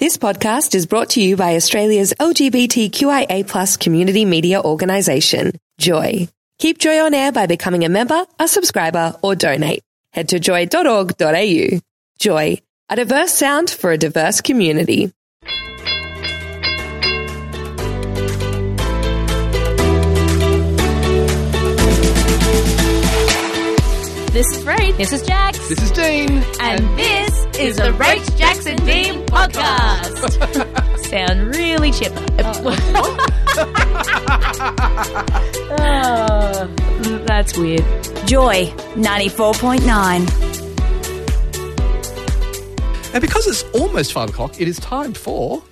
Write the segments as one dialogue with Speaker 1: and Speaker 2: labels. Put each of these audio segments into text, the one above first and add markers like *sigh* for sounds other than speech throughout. Speaker 1: This podcast is brought to you by Australia's LGBTQIA community media organisation, Joy. Keep Joy on air by becoming a member, a subscriber, or donate. Head to joy.org.au. Joy, a diverse sound for a diverse community.
Speaker 2: This is Rach.
Speaker 3: This is Jax.
Speaker 4: This is Dean.
Speaker 2: And this is the Rach Jackson Dean podcast. *laughs* Sound really *laughs* chipper. Oh, that's weird. Joy 94.9.
Speaker 4: And because it's almost five o'clock, it is time for.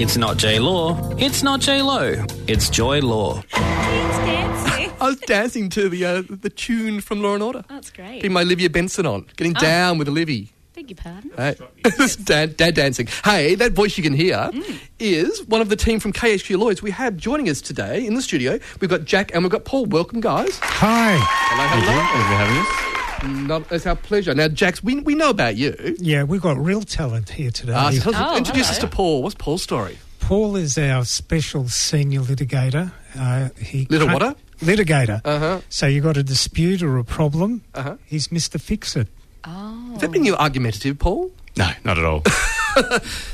Speaker 5: It's not J Law. It's not J Lo. It's Joy Law.
Speaker 4: I was dancing to the uh, the tune from Law and Order.
Speaker 2: That's great. Ah.
Speaker 4: Getting my Olivia Benson on, getting down with Olivia.
Speaker 2: Beg your pardon.
Speaker 4: Hey. *laughs* dad, dad dancing. Hey, that voice you can hear
Speaker 2: Mm.
Speaker 4: is one of the team from KHQ Lloyd's. We have joining us today in the studio. We've got Jack and we've got Paul. Welcome, guys.
Speaker 6: Hi.
Speaker 4: Hello, hello.
Speaker 7: for having us.
Speaker 4: Not, it's our pleasure. Now, Jax, we, we know about you.
Speaker 6: Yeah, we've got real talent here today.
Speaker 4: Uh, so tell us-
Speaker 2: Oh,
Speaker 4: introduce us to
Speaker 2: hello.
Speaker 4: Paul. What's Paul's story?
Speaker 6: Paul is our special senior litigator. Uh, he
Speaker 4: Little
Speaker 6: cra-
Speaker 4: what-a?
Speaker 6: Litigator.
Speaker 4: Uh-huh.
Speaker 6: So you got a dispute or a problem.
Speaker 4: Uh-huh.
Speaker 6: He's Mr. Fix It.
Speaker 2: Oh.
Speaker 4: Is that being you argumentative, Paul?
Speaker 7: No, not
Speaker 4: *laughs*
Speaker 7: at all.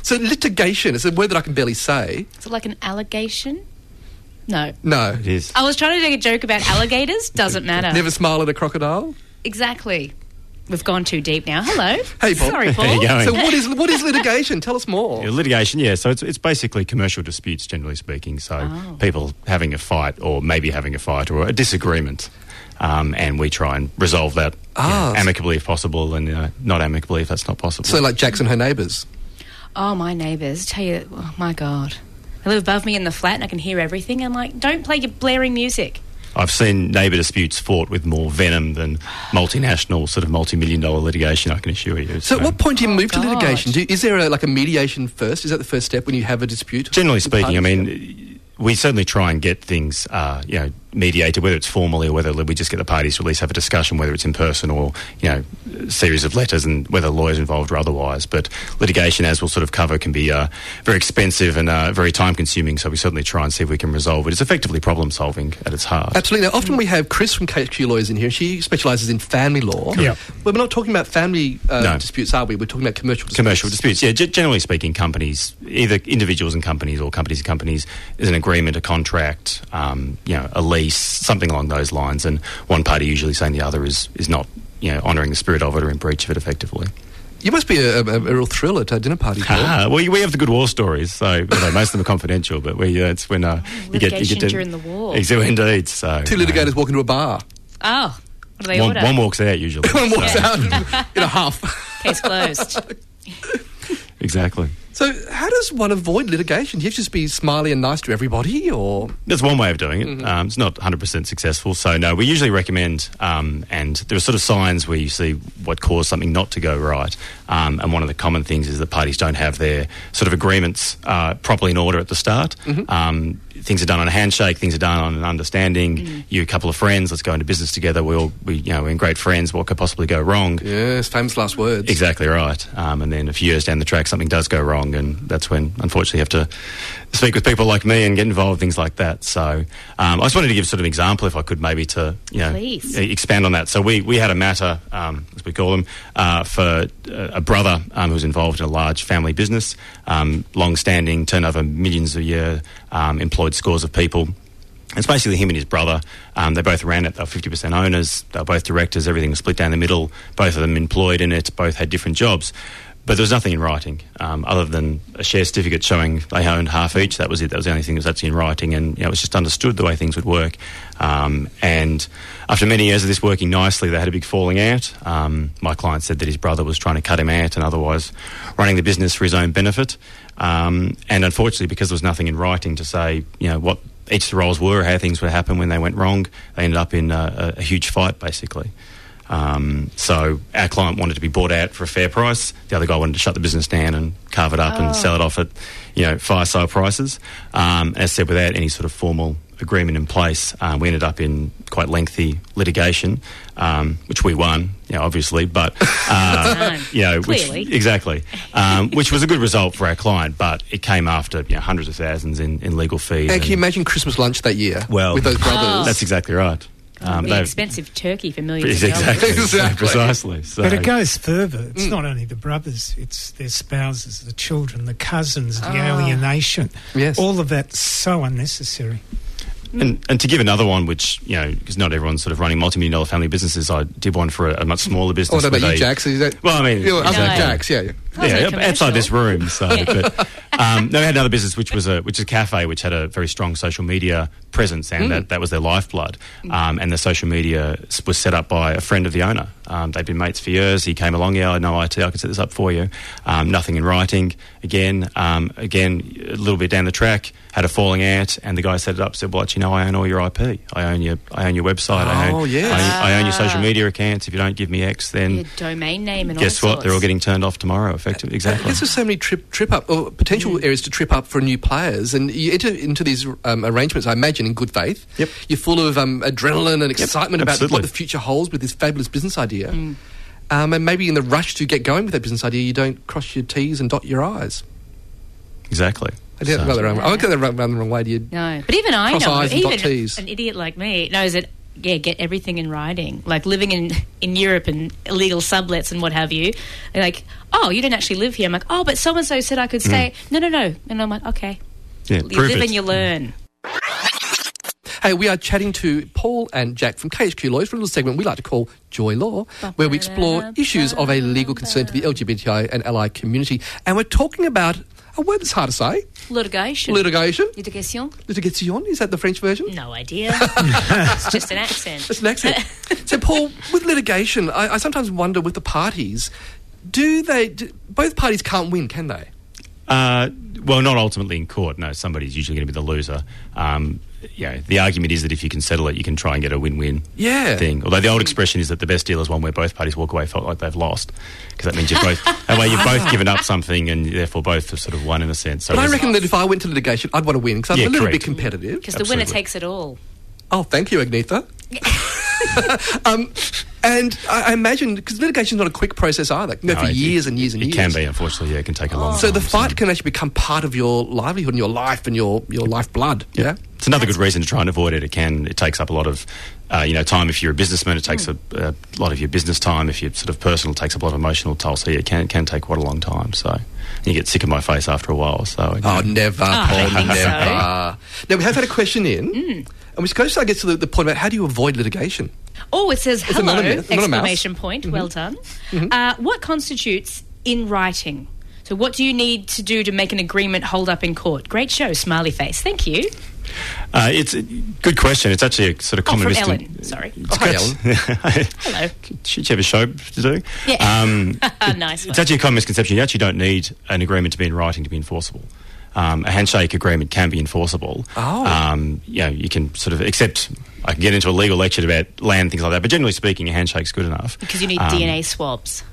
Speaker 4: So litigation is a word that I can barely say.
Speaker 2: Is it like an allegation? No.
Speaker 4: No.
Speaker 7: It is.
Speaker 2: I was trying to make a joke about alligators. Doesn't matter.
Speaker 4: Never smile at a crocodile.
Speaker 2: Exactly. We've gone too deep now. Hello.
Speaker 4: Hey, Paul.
Speaker 2: Sorry, Paul.
Speaker 7: There you go.
Speaker 4: So what is what is litigation? Tell us more.
Speaker 7: Yeah, litigation, yeah. So it's, it's basically commercial disputes, generally speaking. So
Speaker 4: Oh.
Speaker 7: people having a fight or maybe having a fight or a disagreement. Um, and we try and resolve that you know,
Speaker 4: Ah.
Speaker 7: amicably if possible and you know, not amicably if that's not possible.
Speaker 4: So like Jackson, her neighbours.
Speaker 2: Oh, my neighbours. Tell you, oh, my God. They live above me in the flat and I can hear everything. I'm like, don't play your blaring music.
Speaker 7: I've seen neighbour disputes fought with more venom than multinational, sort of multi million dollar litigation, I can assure you.
Speaker 4: So at what point do you move to
Speaker 2: Oh, God.
Speaker 4: litigation? Do, is there a, like a mediation first? Is that the first step when you have a dispute?
Speaker 7: Generally
Speaker 4: with
Speaker 7: speaking, I
Speaker 4: parties?
Speaker 7: mean, we certainly try and get things, uh, you know, mediated, whether it's formally or whether we just get the parties to at least have a discussion, whether it's in person or, you know, a series of letters and whether lawyers involved or otherwise. But litigation, as we'll sort of cover, can be uh, very expensive and uh, very time consuming. So we certainly try and see if we can resolve it. It's effectively problem solving at its heart.
Speaker 4: Absolutely. Now, often we have Chris from KHQ Lawyers in here. She specialises in family law.
Speaker 6: Correct.
Speaker 4: But we're not talking about family uh,
Speaker 7: No.
Speaker 4: disputes, are we? We're talking about commercial disputes.
Speaker 7: Commercial disputes, yeah. G- generally speaking, companies, either individuals and companies or companies and companies, is an agreement, a contract, um, you know, a lease, something along those lines, and one party usually saying the other is is not, you know, honouring the spirit of it or in breach of it effectively.
Speaker 4: You must be a, a, a real thrill at a dinner party. Paul.
Speaker 7: *laughs* Ah, well, we have the good war stories, so you know, most of them are confidential, but we uh, it's when uh, you get you
Speaker 2: Oh, litigation
Speaker 7: get to,
Speaker 2: during the war.
Speaker 7: Exactly, indeed. So
Speaker 4: Two
Speaker 7: you know,
Speaker 4: litigators walk into a bar.
Speaker 2: Oh, what do they
Speaker 7: One,
Speaker 2: order?
Speaker 7: one walks out
Speaker 4: *laughs*
Speaker 7: usually.
Speaker 4: One walks
Speaker 7: so-
Speaker 4: out in a
Speaker 2: Uh,
Speaker 4: huff.
Speaker 2: Case closed.
Speaker 7: Exactly.
Speaker 4: So, how does one avoid litigation? Do you have to just be smiley and nice to everybody, or
Speaker 7: That's one way of doing it. Um, it's not 100% successful. So, no, we usually recommend, um, and there are sort of signs where you see what caused something not to go right. Um, and one of the common things is that parties don't have their sort of agreements uh, properly in order at the start. Um, things are done on a handshake, things are done on an understanding. You, a couple of friends, let's go into business together. We all, we, you know, we're great friends. What could possibly go wrong?
Speaker 4: yes, famous last words?
Speaker 7: Exactly right. Um, and then a few years down the track, something does go wrong, and that's when, unfortunately, you have to speak with people like me and get involved in things like that. So um, I just wanted to give sort of an example, if I could, maybe to you know
Speaker 2: Please.
Speaker 7: e- expand on that. So we, we had a matter, um, as we call them, uh, for uh, a brother um, who was involved in a large family business, um, long-standing, turned over millions a year, um, employed scores of people. It's basically him and his brother. Um, they both ran it. They were fifty percent owners. They were both directors. Everything was split down the middle. Both of them employed in it. Both had different jobs. But there was nothing in writing um, other than a share certificate showing they owned half each. That was it. That was the only thing that was actually in writing, and you know, it was just understood the way things would work. Um, and after many years of this working nicely, they had a big falling out. Um, my client said that his brother was trying to cut him out and otherwise running the business for his own benefit. Um, and unfortunately, because there was nothing in writing to say, you know, what uh, each of the roles were, how things would happen when they went wrong. They ended up in a, a, a huge fight, basically. Um, so our client wanted to be bought out for a fair price. The other guy wanted to shut the business down and carve it up and sell it off at, you know, fire sale prices. Um, as said, without any sort of formal agreement in place, um, we ended up in quite lengthy litigation, um, which we won, you know, obviously, but uh, you know, which,
Speaker 2: Clearly.
Speaker 7: exactly, um, which was a good result for our client, but it came after you know, hundreds of thousands in, in legal fees.
Speaker 4: And can you imagine Christmas lunch that year
Speaker 7: Well-
Speaker 4: with those brothers?
Speaker 7: that's exactly right. *laughs* Um,
Speaker 2: the
Speaker 7: they-
Speaker 2: expensive turkey for millions of dollars.
Speaker 4: *laughs*
Speaker 7: Exactly,
Speaker 4: Exactly.
Speaker 7: precisely. So,
Speaker 6: But it goes further.
Speaker 4: Mm.
Speaker 6: It's not only the brothers, it's their spouses, the children, the cousins, the alienation.
Speaker 4: Ah. Yes.
Speaker 6: All of that's so unnecessary.
Speaker 7: And, and to give another one, which, you know, because not everyone's sort of running multi million dollar family businesses, I did one for a, a much sother
Speaker 4: Oh,
Speaker 7: business.
Speaker 4: no,
Speaker 7: where
Speaker 4: but you,
Speaker 7: they-
Speaker 4: Jax. Is that,
Speaker 7: Well, I mean,
Speaker 4: you know, us
Speaker 2: No.
Speaker 4: and Jax, yeah. yeah.
Speaker 2: That was
Speaker 7: yeah,
Speaker 2: a
Speaker 7: up- outside this
Speaker 2: commercial.
Speaker 7: room. So, but, um, no, we had another business which was a which is a cafe which had a very strong social media presence, and that, that was their lifeblood. Um, and the social media s- was set up by a friend of the owner. Um, they'd been mates for years. He came along, yeah, I know IT, I can set this up for you. Um, nothing in writing. Again, um, again, a little bit down the track, had a falling out, and the guy set it up. Said, well, actually, no, I own all your IP. I own your I own your website. I own,
Speaker 4: Oh, yes.
Speaker 7: I, own, I own your social media accounts. If you don't give me X, then
Speaker 2: Your domain name and
Speaker 7: guess
Speaker 2: all
Speaker 7: what? They're all
Speaker 2: sorts.
Speaker 7: getting turned off tomorrow. Effectively, exactly.
Speaker 4: This is so many trip, trip up or potential areas to trip up for new players, and you enter into these um, arrangements, I imagine, in good faith.
Speaker 7: Yep.
Speaker 4: You're full of um, adrenaline and excitement about
Speaker 7: absolutely.
Speaker 4: what the future holds with this fabulous business idea. Um, and maybe in the rush to get going with that business idea, you don't cross your T's and dot your I's.
Speaker 7: Exactly.
Speaker 4: I did
Speaker 7: So-
Speaker 4: that rather wrong. I went the wrong, the wrong way. Did you?
Speaker 2: No, but even I
Speaker 4: Cross
Speaker 2: know,
Speaker 4: eyes and dot
Speaker 2: even
Speaker 4: Ts.
Speaker 2: an idiot like me knows that. Yeah, get everything in writing. Like living in in Europe and illegal sublets and what have you. They're like, oh, you don't actually live here. I'm like, oh, but so and so said I could
Speaker 4: Mm.
Speaker 2: stay. No, no, no. And I'm like, okay,
Speaker 7: Yeah,
Speaker 2: you
Speaker 7: prove
Speaker 2: live
Speaker 7: it.
Speaker 2: and you learn.
Speaker 4: Hey, we are chatting to Paul and Jack from KHQ Lawyers for a little segment we like to call Joy Law, where we explore issues of a legal concern to the LGBTI and ally community. And we're talking about a word that's hard to say
Speaker 2: Litigation.
Speaker 4: litigation.
Speaker 2: Litigation?
Speaker 4: Litigation, is that the French version?
Speaker 2: No idea. *laughs* it's just
Speaker 4: *laughs*
Speaker 2: an accent.
Speaker 4: It's an accent.
Speaker 7: *laughs*
Speaker 4: so, Paul, with litigation, I, I sometimes wonder with the parties, do they, do, both parties can't win, can they?
Speaker 7: Uh, well, not ultimately in court. No, somebody's usually going to be the loser. Um, you know, the argument is that if you can settle it, you can try and get a win-win
Speaker 4: Yeah.
Speaker 7: thing. Although the old expression is that the best deal is one where both parties walk away felt like they've lost, because that means you've
Speaker 2: *laughs*
Speaker 7: both that way you've both given up something and therefore both have sort of won in a sense. So
Speaker 4: But I
Speaker 7: it's-
Speaker 4: reckon that if I went to litigation, I'd want to win because I'm
Speaker 7: Yeah,
Speaker 4: a little bit
Speaker 7: correct.
Speaker 4: competitive.
Speaker 2: Because the winner
Speaker 7: Absolutely.
Speaker 2: takes it all.
Speaker 4: Oh, thank you,
Speaker 7: *laughs*
Speaker 4: Agnetha. um, and I, I imagine, because litigation is not a quick process either. You know,
Speaker 7: no,
Speaker 4: for
Speaker 7: it-
Speaker 4: years and
Speaker 7: it-
Speaker 4: years and
Speaker 7: it
Speaker 4: years.
Speaker 7: can be unfortunately. Yeah, it can take
Speaker 2: Oh.
Speaker 7: a long.
Speaker 4: So the
Speaker 7: time,
Speaker 4: fight can actually become part of your livelihood and your life and your, your lifeblood. Yeah.
Speaker 7: It's another good reason to try and avoid it. It can. It takes up a lot of, uh, you know, time. If you're a businessman, it takes
Speaker 2: Hmm.
Speaker 7: a, a lot of your business time. If you're sort of personal, it takes up a lot of emotional toll. So yeah, it can it can take quite a long time. So and you get sick of my face after a while. So you
Speaker 4: Oh,
Speaker 7: know.
Speaker 4: never, Paul,
Speaker 2: don't think
Speaker 4: never.
Speaker 2: so.
Speaker 4: Now, we have had a question in, and which goes, I guess, to the, the point about how do you avoid litigation?
Speaker 2: Oh, it says hello!
Speaker 4: anonymous. It's anonymous.
Speaker 2: exclamation point. Well done. Uh, what constitutes in writing? So, what do you need to do to make an agreement hold up in court? Great show, smiley face. Thank you.
Speaker 7: Uh, it's a good question. It's actually a sort of
Speaker 2: Oh,
Speaker 7: common
Speaker 2: from
Speaker 7: mis- *laughs*
Speaker 2: Ellen. Oh, Sorry.
Speaker 7: It's
Speaker 4: Hi,
Speaker 7: good.
Speaker 2: Hello.
Speaker 7: *laughs* Should you have a show to do?
Speaker 2: Yeah. *laughs*
Speaker 7: Um,
Speaker 2: nice.
Speaker 7: It's actually a common misconception. You actually don't need an agreement to be in writing to be enforceable. Um, a handshake agreement can be enforceable.
Speaker 4: Oh.
Speaker 7: Um, you know, you can sort of accept. I can get into a legal lecture about land things like that, but generally speaking, a handshake's good enough.
Speaker 2: Because you need
Speaker 7: Um, *laughs*
Speaker 2: DNA swabs.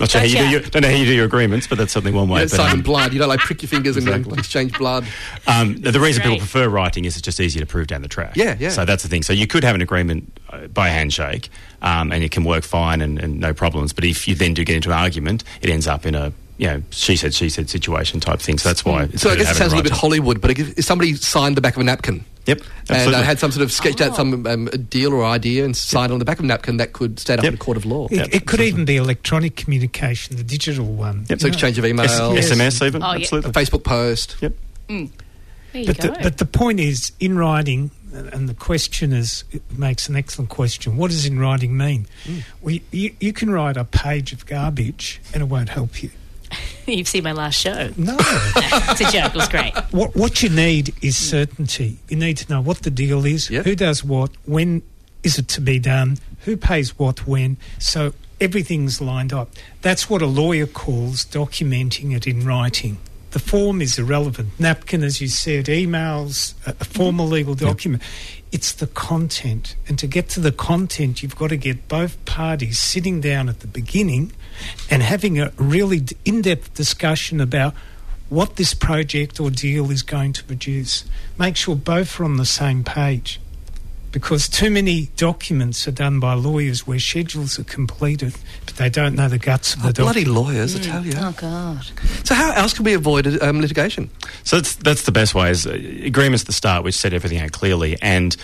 Speaker 7: Not sure how you do
Speaker 2: Gotcha.
Speaker 7: your, don't know how you do your agreements, but that's certainly one way.
Speaker 4: Yeah,
Speaker 7: But, um,
Speaker 4: Simon Blood, you know, like prick your fingers and then
Speaker 7: Exactly.
Speaker 4: exchange blood.
Speaker 7: Um, the reason
Speaker 2: Great.
Speaker 7: people prefer writing is it's just easier to prove down the track.
Speaker 4: Yeah, yeah.
Speaker 7: So that's the thing. So you could have an agreement uh, by handshake, um, and it can work fine and, and no problems. But if you then do get into an argument, it ends up in a you know she said she said situation type thing. So that's why. It's
Speaker 4: So I
Speaker 7: better to
Speaker 4: guess it
Speaker 7: have
Speaker 4: sounds a little
Speaker 7: in
Speaker 4: bit
Speaker 7: writing.
Speaker 4: Hollywood, but if if somebody signed the back of a napkin.
Speaker 7: Yep,
Speaker 4: And I
Speaker 7: absolutely.
Speaker 4: had some sort of sketched
Speaker 2: Oh.
Speaker 4: out some um, a deal or idea and signed on the back of a napkin that could stand up
Speaker 7: Yep.
Speaker 4: in a court of law.
Speaker 6: It,
Speaker 7: Yeah,
Speaker 6: it could even be electronic communication, the digital one.
Speaker 7: Yep.
Speaker 4: So
Speaker 6: you know.
Speaker 4: exchange of
Speaker 7: S-
Speaker 4: emails,
Speaker 7: SMS even
Speaker 2: Oh, yeah.
Speaker 4: a
Speaker 7: absolutely.
Speaker 4: Facebook post.
Speaker 7: Yep.
Speaker 2: There you
Speaker 6: But
Speaker 2: go.
Speaker 6: the, but the point is, in writing, and the question is, it makes an excellent question. What does in writing mean?
Speaker 2: Hmm.
Speaker 6: We, you, you can write a page of garbage and it won't help you.
Speaker 2: *laughs* You've seen my last show.
Speaker 6: No.
Speaker 2: it's a joke. It was great.
Speaker 6: what, what you need is certainty. You need to know what the deal is,
Speaker 4: Yep.
Speaker 6: who does what, when is it to be done, who pays what when. So everything's lined up. That's what a lawyer calls documenting it in writing. the form is irrelevant. Napkin, as you said, emails, a, a formal legal document. It's the content. And to get to the content, you've got to get both parties sitting down at the beginning and having a really d- in depth discussion about what this project or deal is going to produce. Make sure both are on the same page because too many documents are done by lawyers where schedules are completed, but they don't know the guts of the
Speaker 4: Oh,
Speaker 6: document.
Speaker 4: bloody lawyers, I tell you.
Speaker 2: Oh God.
Speaker 4: So how else can we avoid um, litigation?
Speaker 7: So that's that's the best way is uh, agreements at the start, which set everything out clearly, and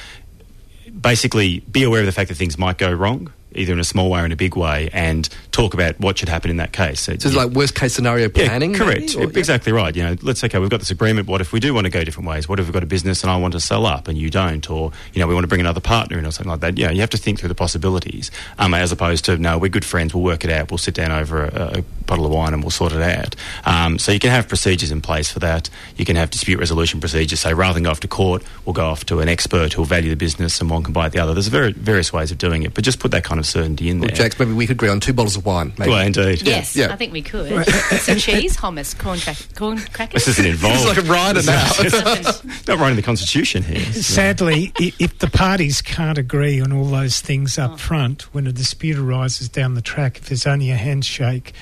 Speaker 7: basically be aware of the fact that things might go wrong, either in a small way or in a big way, and talk about what should happen in that case.
Speaker 4: So it's
Speaker 7: you-
Speaker 4: like worst case scenario planning.
Speaker 7: yeah,
Speaker 4: maybe?
Speaker 7: correct. E-
Speaker 4: Or- yeah.
Speaker 7: Exactly right. You know, let's okay, we've got this agreement. What if we do want to go different ways? What if we've got a business and I want to sell up and you don't, or you know, we want to bring another partner in or something like that? Yeah, you have to think through the possibilities, um, as opposed to no, we're good friends. We'll work it out. We'll sit down over a, a bottle of wine and we'll sort it out. Um, so you can have procedures in place for that. You can have dispute resolution procedures. So rather than go off to court, we'll go off to an expert who'll value the business and one can buy the other. There's very, various ways of doing it, but just put that kind of certainty in there.
Speaker 4: Well, Jax, maybe we could agree on two bottles of wine. Maybe.
Speaker 7: Well, indeed.
Speaker 2: Yes,
Speaker 4: Yeah.
Speaker 2: I think we could. Some cheese, hummus, corn, crack- corn crackers.
Speaker 4: *laughs*
Speaker 7: This isn't involved.
Speaker 4: It's like a rider now.
Speaker 7: *laughs*
Speaker 2: Something.
Speaker 7: not writing the constitution here.
Speaker 6: Sadly, i- if the parties can't agree on all those things up front, when a dispute arises down the track, if there's only a handshake,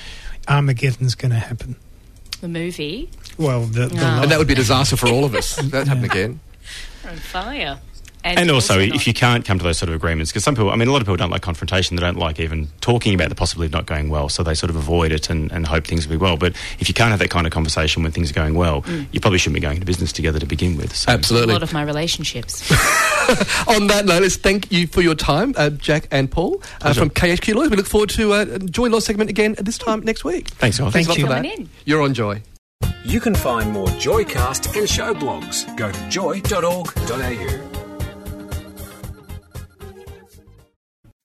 Speaker 6: Armageddon's going to happen.
Speaker 2: the movie
Speaker 6: Well, the, the
Speaker 2: Ah.
Speaker 4: and that would be a disaster for all of us. That happened again.
Speaker 2: on fire.
Speaker 7: And also,
Speaker 2: not-
Speaker 7: if you can't come to those sort of agreements, because some people, I mean, a lot of people don't like confrontation. They don't like even talking about the possibility of not going well. So they sort of avoid it and, and hope things will be well. But if you can't have that kind of conversation when things are going well, you probably shouldn't be going into business together to begin with. So.
Speaker 2: a
Speaker 4: Absolutely.
Speaker 2: lot of my relationships.
Speaker 4: On that note, let's thank you for your time, uh, Jack and Paul uh,
Speaker 7: Pleasure.
Speaker 4: from KHQ Lawyers. We look forward to uh, Joy Law segment again at this time next week.
Speaker 7: Thanks, guys.
Speaker 6: Thank
Speaker 4: Lots
Speaker 6: you.
Speaker 4: of that.
Speaker 2: Coming in.
Speaker 4: You're on Joy.
Speaker 3: You can find more Joycast and show blogs. Go to joy.org.au.